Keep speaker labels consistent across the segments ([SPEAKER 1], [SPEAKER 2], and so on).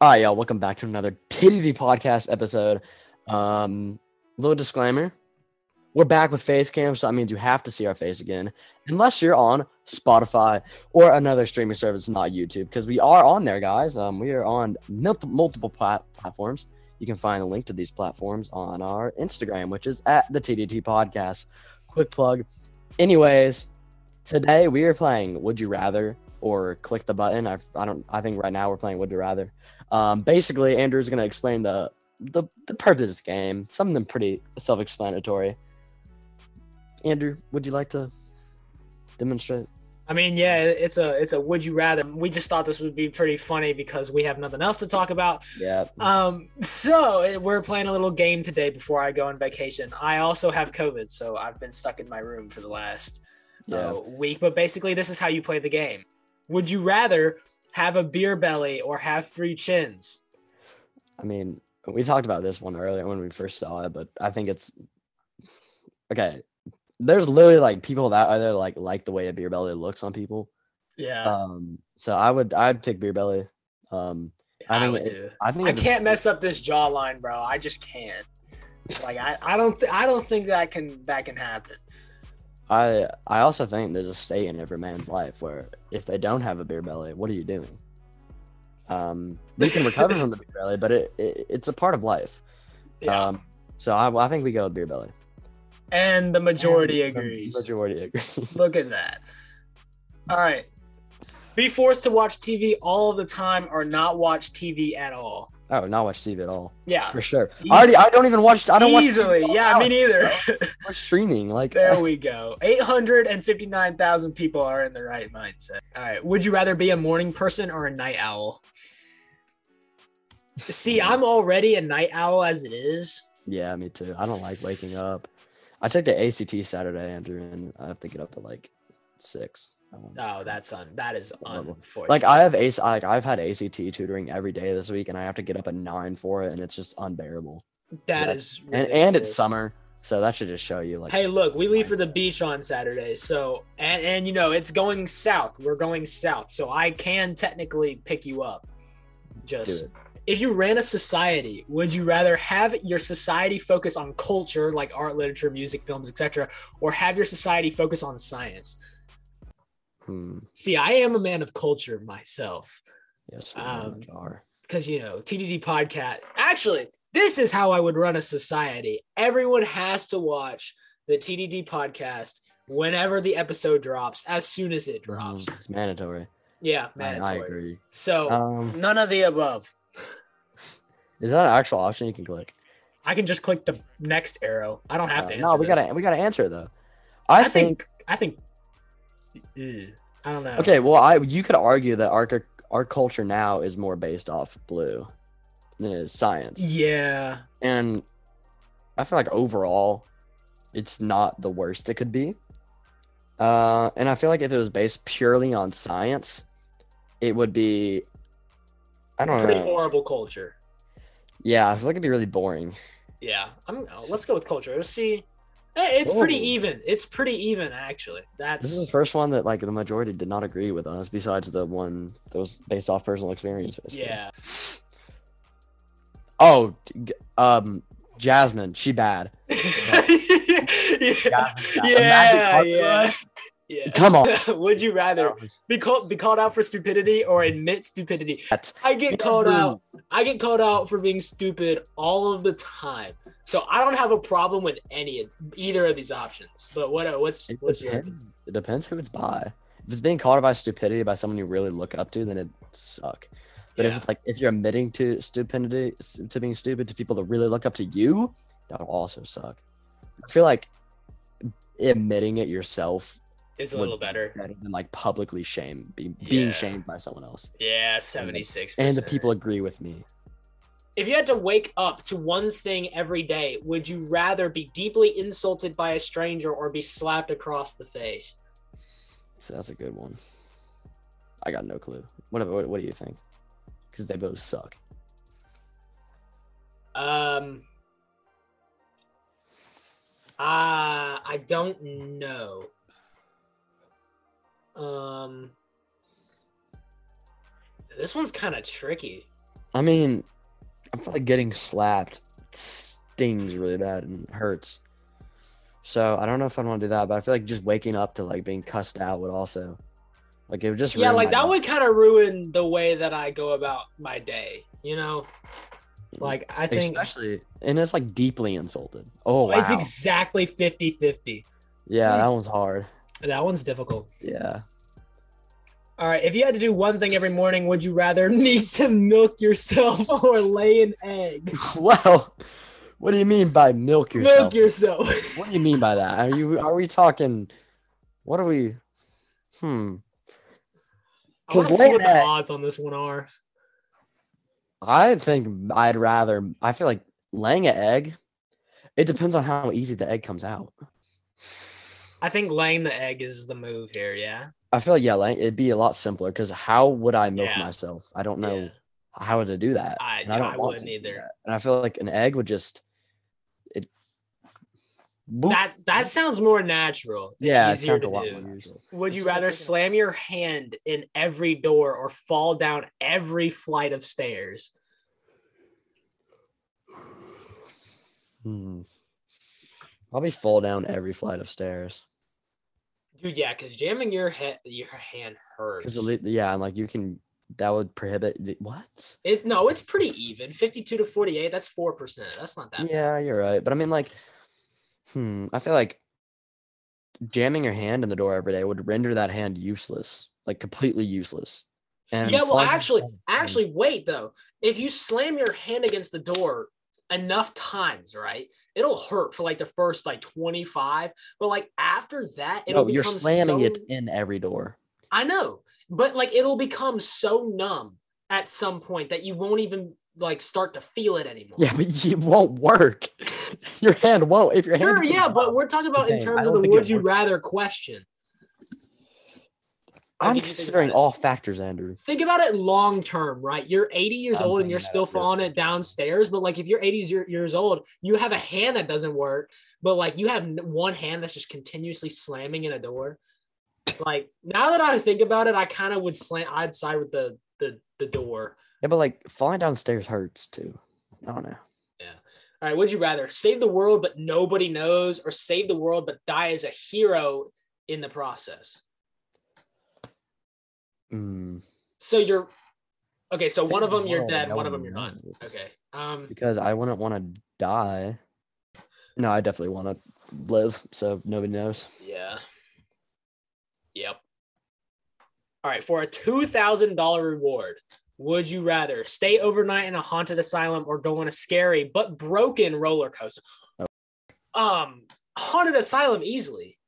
[SPEAKER 1] All right, y'all. Welcome back to another TDV podcast episode. Um, little disclaimer: we're back with face cam, so that means you have to see our face again, unless you're on Spotify or another streaming service, not YouTube, because we are on there, guys. Um, we are on mul- multiple plat- platforms. You can find a link to these platforms on our Instagram, which is at the TDT Podcast. Quick plug. Anyways, today we are playing Would You Rather or Click the Button. I, I don't. I think right now we're playing Would You Rather. Um, basically, Andrew's gonna explain the, the the purpose of this game. Something pretty self-explanatory. Andrew, would you like to demonstrate?
[SPEAKER 2] I mean, yeah, it- it's a it's a would you rather. We just thought this would be pretty funny because we have nothing else to talk about.
[SPEAKER 1] Yeah.
[SPEAKER 2] Um, so eh, we're playing a little game today before I go on vacation. I also have COVID, so I've been stuck in my room for the last
[SPEAKER 1] yeah.
[SPEAKER 2] uh, week. But basically, this is how you play the game. Would you rather have a beer belly or have three chins?
[SPEAKER 1] I mean, we talked about this one earlier when we first saw it, but I think it's okay. There's literally like people that either like like the way a beer belly looks on people.
[SPEAKER 2] Yeah,
[SPEAKER 1] Um, so I would I'd pick beer belly. Um, I
[SPEAKER 2] I
[SPEAKER 1] mean,
[SPEAKER 2] would
[SPEAKER 1] it-
[SPEAKER 2] too.
[SPEAKER 1] I think
[SPEAKER 2] I
[SPEAKER 1] it's a
[SPEAKER 2] can't
[SPEAKER 1] s-
[SPEAKER 2] mess up this jawline, bro. I just can't. Like I, I don't th- I don't think that can that can happen.
[SPEAKER 1] I I also think there's a state in every man's life where if they don't have a beer belly, what are you doing? Um, they can recover from the beer belly, but it, it it's a part of life.
[SPEAKER 2] Yeah.
[SPEAKER 1] Um, so I, I think we go with beer belly.
[SPEAKER 2] and the majority
[SPEAKER 1] And the
[SPEAKER 2] agrees.
[SPEAKER 1] Majority agrees.
[SPEAKER 2] Look at that. All right. Be forced to watch TV all the time or not watch TV at all.
[SPEAKER 1] oh, not watch TV at all
[SPEAKER 2] Yeah.
[SPEAKER 1] for sure.
[SPEAKER 2] Eas-
[SPEAKER 1] I already I don't even watch. I don't watch
[SPEAKER 2] easily.
[SPEAKER 1] TV
[SPEAKER 2] yeah,
[SPEAKER 1] all
[SPEAKER 2] me neither.
[SPEAKER 1] hours. We're streaming like
[SPEAKER 2] there we go. 859,000 people are in the right mindset. All right. Would you rather be a morning person or a night owl? See, I'm already a night owl as it is.
[SPEAKER 1] yeah, me too. I don't like waking up. I took the ACT Saturday, Andrew, and I have to get up at like six. I want-
[SPEAKER 2] Oh, that's un that is
[SPEAKER 1] Horrible.
[SPEAKER 2] unfortunate.
[SPEAKER 1] like I have ace like I've had ACT tutoring every day this week and I have to get up at nine for it and it's just unbearable.
[SPEAKER 2] that
[SPEAKER 1] that-
[SPEAKER 2] is
[SPEAKER 1] And and it's
[SPEAKER 2] ridiculous.
[SPEAKER 1] summer, so that should just show you like
[SPEAKER 2] hey look we leave for the beach on saturday so and, and you know it's going south we're going south so i can technically pick you up just
[SPEAKER 1] do it.
[SPEAKER 2] if you ran a society would you rather have your society focus on culture like art literature music films etc or have your society focus on science
[SPEAKER 1] Hmm.
[SPEAKER 2] see i am a man of culture myself
[SPEAKER 1] Yes, we very
[SPEAKER 2] Um,
[SPEAKER 1] much are.
[SPEAKER 2] because you know TDD podcast. Actually, this is how I would run a society. Everyone has to watch the TDD podcast whenever the episode drops, as soon as it drops.
[SPEAKER 1] Mm, It's mandatory.
[SPEAKER 2] Yeah,
[SPEAKER 1] I-
[SPEAKER 2] mandatory. Oh.
[SPEAKER 1] I agree.
[SPEAKER 2] So
[SPEAKER 1] Um
[SPEAKER 2] none of the above.
[SPEAKER 1] is that an actual option you can click?
[SPEAKER 2] I can just click the next arrow. I don't have
[SPEAKER 1] Uh,
[SPEAKER 2] to answer.
[SPEAKER 1] no, we
[SPEAKER 2] this.
[SPEAKER 1] gotta we gotta answer it, though. I, think,
[SPEAKER 2] I think. Ugh, I don't know.
[SPEAKER 1] okay, well I you could argue that our cu- our culture now is more based off blue than it is science.
[SPEAKER 2] Yeah.
[SPEAKER 1] and I feel like overall, it's not the worst it could be. Uh, and I feel like if it was based purely on science, it would be, I don't
[SPEAKER 2] Pretty
[SPEAKER 1] know.
[SPEAKER 2] horrible culture.
[SPEAKER 1] Yeah, I feel like it'd be really boring.
[SPEAKER 2] Yeah. I'm. oh, Let's go with culture. Let's see. Eh, It's pretty
[SPEAKER 1] Whoa.
[SPEAKER 2] even. It's pretty even actually. That's
[SPEAKER 1] This is the first one that like the majority did not agree with us, besides the one that was based off personal experience. basically.
[SPEAKER 2] yeah.
[SPEAKER 1] Oh, g- um, Jasmine, she bad.
[SPEAKER 2] yeah. Yeah.
[SPEAKER 1] Jasmine's bad.
[SPEAKER 2] Yeah.
[SPEAKER 1] Imagine-
[SPEAKER 2] yeah.
[SPEAKER 1] Come on.
[SPEAKER 2] Would you rather be called be called out for stupidity or admit stupidity?
[SPEAKER 1] That's-
[SPEAKER 2] I get called out. I get called out for being stupid all of the time. So I don't have a problem with any of either of these options. But what what's
[SPEAKER 1] It
[SPEAKER 2] what's your
[SPEAKER 1] depends. It depends who it's by. If it's being called by stupidity by someone you really look up to, then it suck. But if
[SPEAKER 2] Yeah.
[SPEAKER 1] it's like if you're admitting to stupidity stu- to being stupid to people that really look up to you, that'll also suck. I feel like admitting it yourself
[SPEAKER 2] is a
[SPEAKER 1] would-
[SPEAKER 2] little better.
[SPEAKER 1] better than like publicly shame be, being
[SPEAKER 2] Yeah.
[SPEAKER 1] shamed by someone else.
[SPEAKER 2] Yeah, seventy six.
[SPEAKER 1] And the people agree with me.
[SPEAKER 2] If you had to wake up to one thing every day, would you rather be deeply insulted by a stranger or be slapped across the face?
[SPEAKER 1] So that's a good one. I got no clue. What what, what do you think? Because they both suck.
[SPEAKER 2] Um, uh, I don't know. Um, this one's kind of tricky.
[SPEAKER 1] I mean, I feel like getting slapped stings really bad and hurts. So I don't know if I'd want to do that, but I feel like just waking up to like being cussed out would also, like it would just
[SPEAKER 2] yeah,
[SPEAKER 1] ruin
[SPEAKER 2] like
[SPEAKER 1] my
[SPEAKER 2] that
[SPEAKER 1] day.
[SPEAKER 2] would kind of ruin the way that I go about my day. You know, like I think
[SPEAKER 1] especially and it's like deeply insulted. Oh wow,
[SPEAKER 2] it's exactly 50-50.
[SPEAKER 1] yeah, that one's hard.
[SPEAKER 2] That one's difficult.
[SPEAKER 1] Yeah,
[SPEAKER 2] All right, if you had to do one thing every morning, would you rather need to milk yourself or lay an egg?
[SPEAKER 1] well, what do you mean by milk yourself?
[SPEAKER 2] Milk yourself.
[SPEAKER 1] What do you mean by that? Are you are we talking? What are we? Hmm.
[SPEAKER 2] I
[SPEAKER 1] Just
[SPEAKER 2] want to see
[SPEAKER 1] lay
[SPEAKER 2] what
[SPEAKER 1] an
[SPEAKER 2] the
[SPEAKER 1] egg.
[SPEAKER 2] odds on this one are.
[SPEAKER 1] I think I'd rather. I feel like laying an egg. It depends on how easy the egg comes out.
[SPEAKER 2] I think laying the egg is the move here. Yeah.
[SPEAKER 1] I feel like yeah, laying, it'd be a lot simpler because how would I milk
[SPEAKER 2] Yeah.
[SPEAKER 1] myself? I don't know
[SPEAKER 2] Yeah.
[SPEAKER 1] how to do that.
[SPEAKER 2] I,
[SPEAKER 1] and
[SPEAKER 2] I,
[SPEAKER 1] don't want to
[SPEAKER 2] wouldn't
[SPEAKER 1] do
[SPEAKER 2] either.
[SPEAKER 1] that. And I feel like an egg would just it. Boop.
[SPEAKER 2] That that sounds more natural. and
[SPEAKER 1] yeah, it
[SPEAKER 2] easier
[SPEAKER 1] sounds
[SPEAKER 2] to
[SPEAKER 1] a lot
[SPEAKER 2] do.
[SPEAKER 1] more natural.
[SPEAKER 2] Would
[SPEAKER 1] It's
[SPEAKER 2] you
[SPEAKER 1] just like
[SPEAKER 2] rather
[SPEAKER 1] taking a-
[SPEAKER 2] slam your hand in every door or fall down every flight of stairs?
[SPEAKER 1] Hmm. Probably fall down every flight of stairs.
[SPEAKER 2] Dude, yeah, because jamming your head, your hand hurts.
[SPEAKER 1] Because yeah, and like you can that would prohibit the, what?
[SPEAKER 2] It, no, it's pretty even. Fifty-two to forty-eight. That's four percent. That's not that.
[SPEAKER 1] Yeah, you're right. But I mean, like, hmm, I feel like jamming your hand in the door every day would render that hand useless, like completely useless. And
[SPEAKER 2] yeah. Well,
[SPEAKER 1] falling down
[SPEAKER 2] actually,
[SPEAKER 1] flight-
[SPEAKER 2] actually, wait though. If you slam your hand against the door enough times, right, it'll hurt for like the first like twenty-five. But like after that, it'll
[SPEAKER 1] no, oh, you're
[SPEAKER 2] become
[SPEAKER 1] slamming
[SPEAKER 2] so-
[SPEAKER 1] it in every door.
[SPEAKER 2] I know, but like it'll become so numb at some point that you won't even like start to feel it anymore.
[SPEAKER 1] Yeah, but it won't work. your hand won't. If your hand,
[SPEAKER 2] Sure,
[SPEAKER 1] goes
[SPEAKER 2] yeah, but
[SPEAKER 1] up,
[SPEAKER 2] we're talking about in
[SPEAKER 1] Okay, I
[SPEAKER 2] terms of
[SPEAKER 1] don't
[SPEAKER 2] the
[SPEAKER 1] think it
[SPEAKER 2] would you
[SPEAKER 1] works.
[SPEAKER 2] rather question. Like,
[SPEAKER 1] I'm
[SPEAKER 2] if you think
[SPEAKER 1] considering
[SPEAKER 2] about it-
[SPEAKER 1] all factors, Andrew.
[SPEAKER 2] Think about it long term, right? You're 80 years
[SPEAKER 1] I'm
[SPEAKER 2] old and you're
[SPEAKER 1] thinking
[SPEAKER 2] still
[SPEAKER 1] about it real
[SPEAKER 2] falling it
[SPEAKER 1] quick.
[SPEAKER 2] downstairs. But like, if you're 80 year- years old, you have a hand that doesn't work, but like you have n- one hand that's just continuously slamming in a door. Like now that I think about it, I kind of would slant. I'd side with the the the door.
[SPEAKER 1] Yeah, but like falling downstairs hurts too. I don't know.
[SPEAKER 2] All right, would you rather save the world but nobody knows, or save the world but die as a hero in the process?
[SPEAKER 1] Mm.
[SPEAKER 2] So you're okay. So
[SPEAKER 1] Save
[SPEAKER 2] one of
[SPEAKER 1] the
[SPEAKER 2] them you're
[SPEAKER 1] world,
[SPEAKER 2] dead,
[SPEAKER 1] no
[SPEAKER 2] one of
[SPEAKER 1] one
[SPEAKER 2] them you're not.
[SPEAKER 1] knows.
[SPEAKER 2] Okay. Um.
[SPEAKER 1] because I wouldn't want to die. No, I definitely want to live, so nobody knows.
[SPEAKER 2] Yeah. Yep. All right. For a two thousand dollar reward, would you rather stay overnight in a haunted asylum or go on a scary but broken roller coaster?
[SPEAKER 1] Oh.
[SPEAKER 2] Um, haunted asylum easily.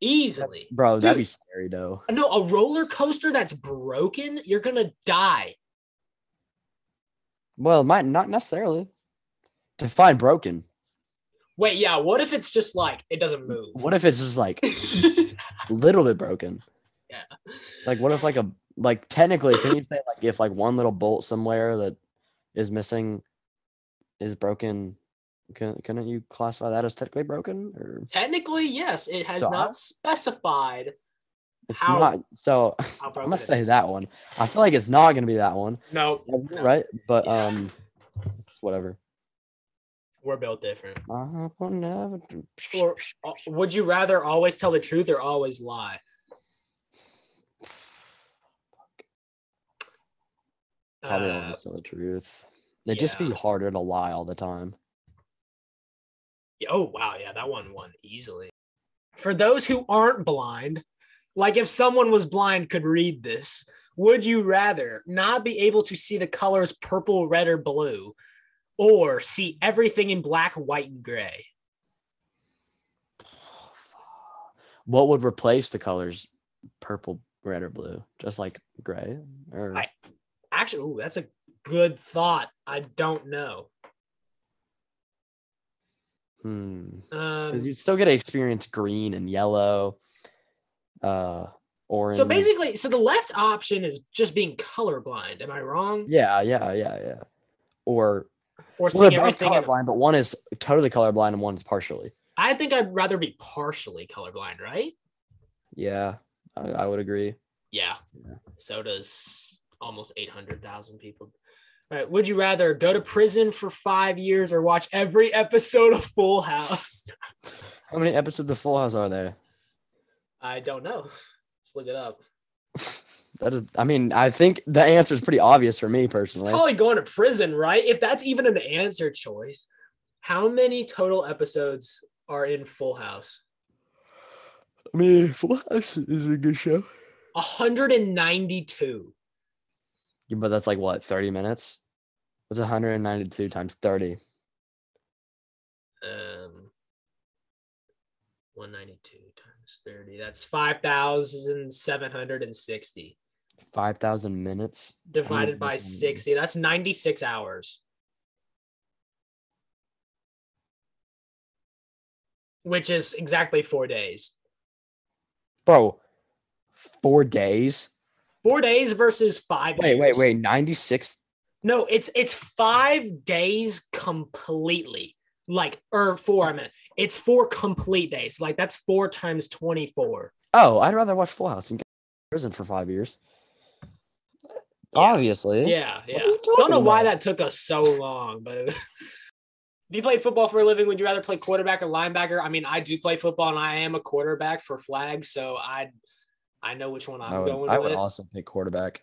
[SPEAKER 2] Easily.
[SPEAKER 1] Bro, that'd be
[SPEAKER 2] Dude.
[SPEAKER 1] scary though.
[SPEAKER 2] No, a roller coaster that's broken, you're gonna die.
[SPEAKER 1] Well, might not necessarily. Define broken.
[SPEAKER 2] Wait, yeah. What if it's just like it doesn't move?
[SPEAKER 1] What if it's just like a little bit broken?
[SPEAKER 2] Yeah.
[SPEAKER 1] Like what if like a like technically can you say like if like one little bolt somewhere that is missing is broken? Can, couldn't you classify that as technically broken? Or
[SPEAKER 2] Technically, yes. It has
[SPEAKER 1] So I-
[SPEAKER 2] not specified
[SPEAKER 1] it's
[SPEAKER 2] How-
[SPEAKER 1] not. So
[SPEAKER 2] how
[SPEAKER 1] I'm
[SPEAKER 2] broken.
[SPEAKER 1] gonna
[SPEAKER 2] it
[SPEAKER 1] say
[SPEAKER 2] is.
[SPEAKER 1] that one. I feel like it's not gonna be that one.
[SPEAKER 2] No, No.
[SPEAKER 1] right? But
[SPEAKER 2] Yeah.
[SPEAKER 1] um, it's whatever.
[SPEAKER 2] we're built different.
[SPEAKER 1] I will never do-
[SPEAKER 2] Or uh, would you rather always tell the truth or always lie?
[SPEAKER 1] Probably
[SPEAKER 2] Uh,
[SPEAKER 1] always tell the truth. It'd just be
[SPEAKER 2] yeah.
[SPEAKER 1] harder to lie all the time.
[SPEAKER 2] yeah, oh wow, yeah, that one won easily. For those who aren't blind, like if someone was blind could read this, would you rather not be able to see the colors purple, red, or blue, or see everything in black, white, and gray?
[SPEAKER 1] What would replace the colors purple, red, or blue? Just like gray? Or
[SPEAKER 2] I- Actually, ooh, that's a good thought. I don't know.
[SPEAKER 1] hmm,
[SPEAKER 2] Um,
[SPEAKER 1] because you'd still get to experience green and yellow, uh, orange.
[SPEAKER 2] So basically, so the left option is just being colorblind. Am I wrong?
[SPEAKER 1] yeah, yeah, yeah, yeah. Or
[SPEAKER 2] Or
[SPEAKER 1] well,
[SPEAKER 2] seeing
[SPEAKER 1] they're both
[SPEAKER 2] everything? in-
[SPEAKER 1] colorblind, but one is totally colorblind and one's partially.
[SPEAKER 2] I think I'd rather be partially colorblind, right?
[SPEAKER 1] Yeah, I, I would agree.
[SPEAKER 2] Yeah. So does almost 800,000 people. All right. Would you rather go to prison for five years or watch every episode of Full House?
[SPEAKER 1] How many episodes of Full House are there?
[SPEAKER 2] I don't know. Let's look it up.
[SPEAKER 1] That is, I mean, I think the answer is pretty obvious for me personally.
[SPEAKER 2] Probably going to prison, right? If that's even an answer choice. How many total episodes are in Full House?
[SPEAKER 1] I mean, Full House is a good show.
[SPEAKER 2] 192.
[SPEAKER 1] Yeah, but that's like what, 30 minutes? What's 192 times 30?
[SPEAKER 2] Um, 192 times 30. That's 5,760
[SPEAKER 1] 5,000 minutes?
[SPEAKER 2] divided by
[SPEAKER 1] Mm.
[SPEAKER 2] 60. That's 96 hours. Which is exactly four days.
[SPEAKER 1] Bro, four days?
[SPEAKER 2] Four days versus five.
[SPEAKER 1] Wait, wait,
[SPEAKER 2] years.
[SPEAKER 1] wait. 96?
[SPEAKER 2] No, it's it's five days completely. Like or four, I meant it's four complete days. Like that's four times twenty-four.
[SPEAKER 1] Oh, I'd rather watch Full House and get in prison for five years. Obviously.
[SPEAKER 2] Yeah, yeah.
[SPEAKER 1] are you
[SPEAKER 2] Don't know
[SPEAKER 1] talking
[SPEAKER 2] why
[SPEAKER 1] about?
[SPEAKER 2] that took us so long, but if you play football for a living, would you rather play quarterback or linebacker? I mean, I do play football and I am a quarterback for flags, so I I know which one I'm
[SPEAKER 1] I
[SPEAKER 2] going
[SPEAKER 1] would, I would
[SPEAKER 2] with.
[SPEAKER 1] also pick quarterback.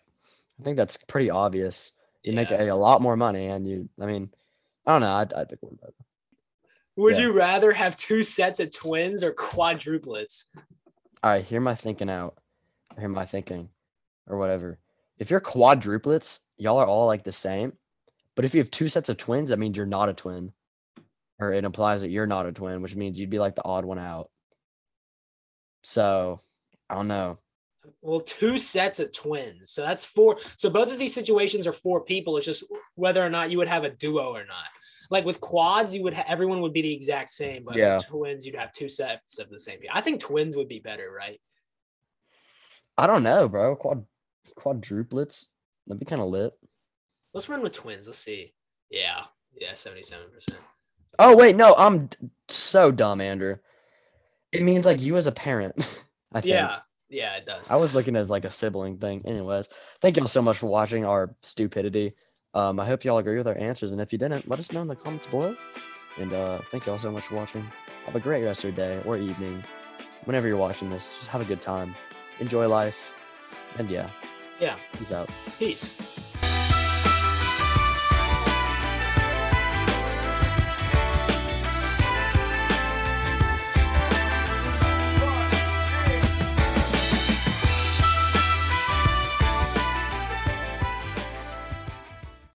[SPEAKER 1] I think that's pretty obvious. You make
[SPEAKER 2] Yeah.
[SPEAKER 1] a, a lot more money, and you, I mean, I don't know. I'd, I'd pick quarterback.
[SPEAKER 2] Would
[SPEAKER 1] yeah.
[SPEAKER 2] you rather have two sets of twins or quadruplets?
[SPEAKER 1] All right, hear my thinking out. or Hear my thinking, or whatever. If you're quadruplets, y'all are all like the same. But if you have two sets of twins, that means you're not a twin, or it implies that you're not a twin, which means you'd be like the odd one out. So, I don't know.
[SPEAKER 2] Well, two sets of twins. So that's four. So both of these situations are four people. It's just whether or not you would have a duo or not. Like with quads, you would ha- everyone would be the exact same, but
[SPEAKER 1] Yeah.
[SPEAKER 2] with twins, you'd have two sets of the same people. I think twins would be better, right?
[SPEAKER 1] I don't know, bro. Quad quadruplets. That'd be kind of lit.
[SPEAKER 2] Let's run with twins. Let's see. Yeah. Yeah, seventy-seven percent.
[SPEAKER 1] Oh wait, no, I'm d- so dumb, Andrew. It means like you as a parent. I think.
[SPEAKER 2] Yeah. Yeah, it does.
[SPEAKER 1] I was looking as like a sibling thing. Anyways, thank y'all so much for watching our stupidity. Um, I hope y'all agree with our answers, and if you didn't, let us know in the comments below. And uh, thank y'all so much for watching. Have a great rest of your day or evening, whenever you're watching this. Just have a good time, enjoy life, and yeah,
[SPEAKER 2] Yeah.
[SPEAKER 1] peace out.
[SPEAKER 2] Peace.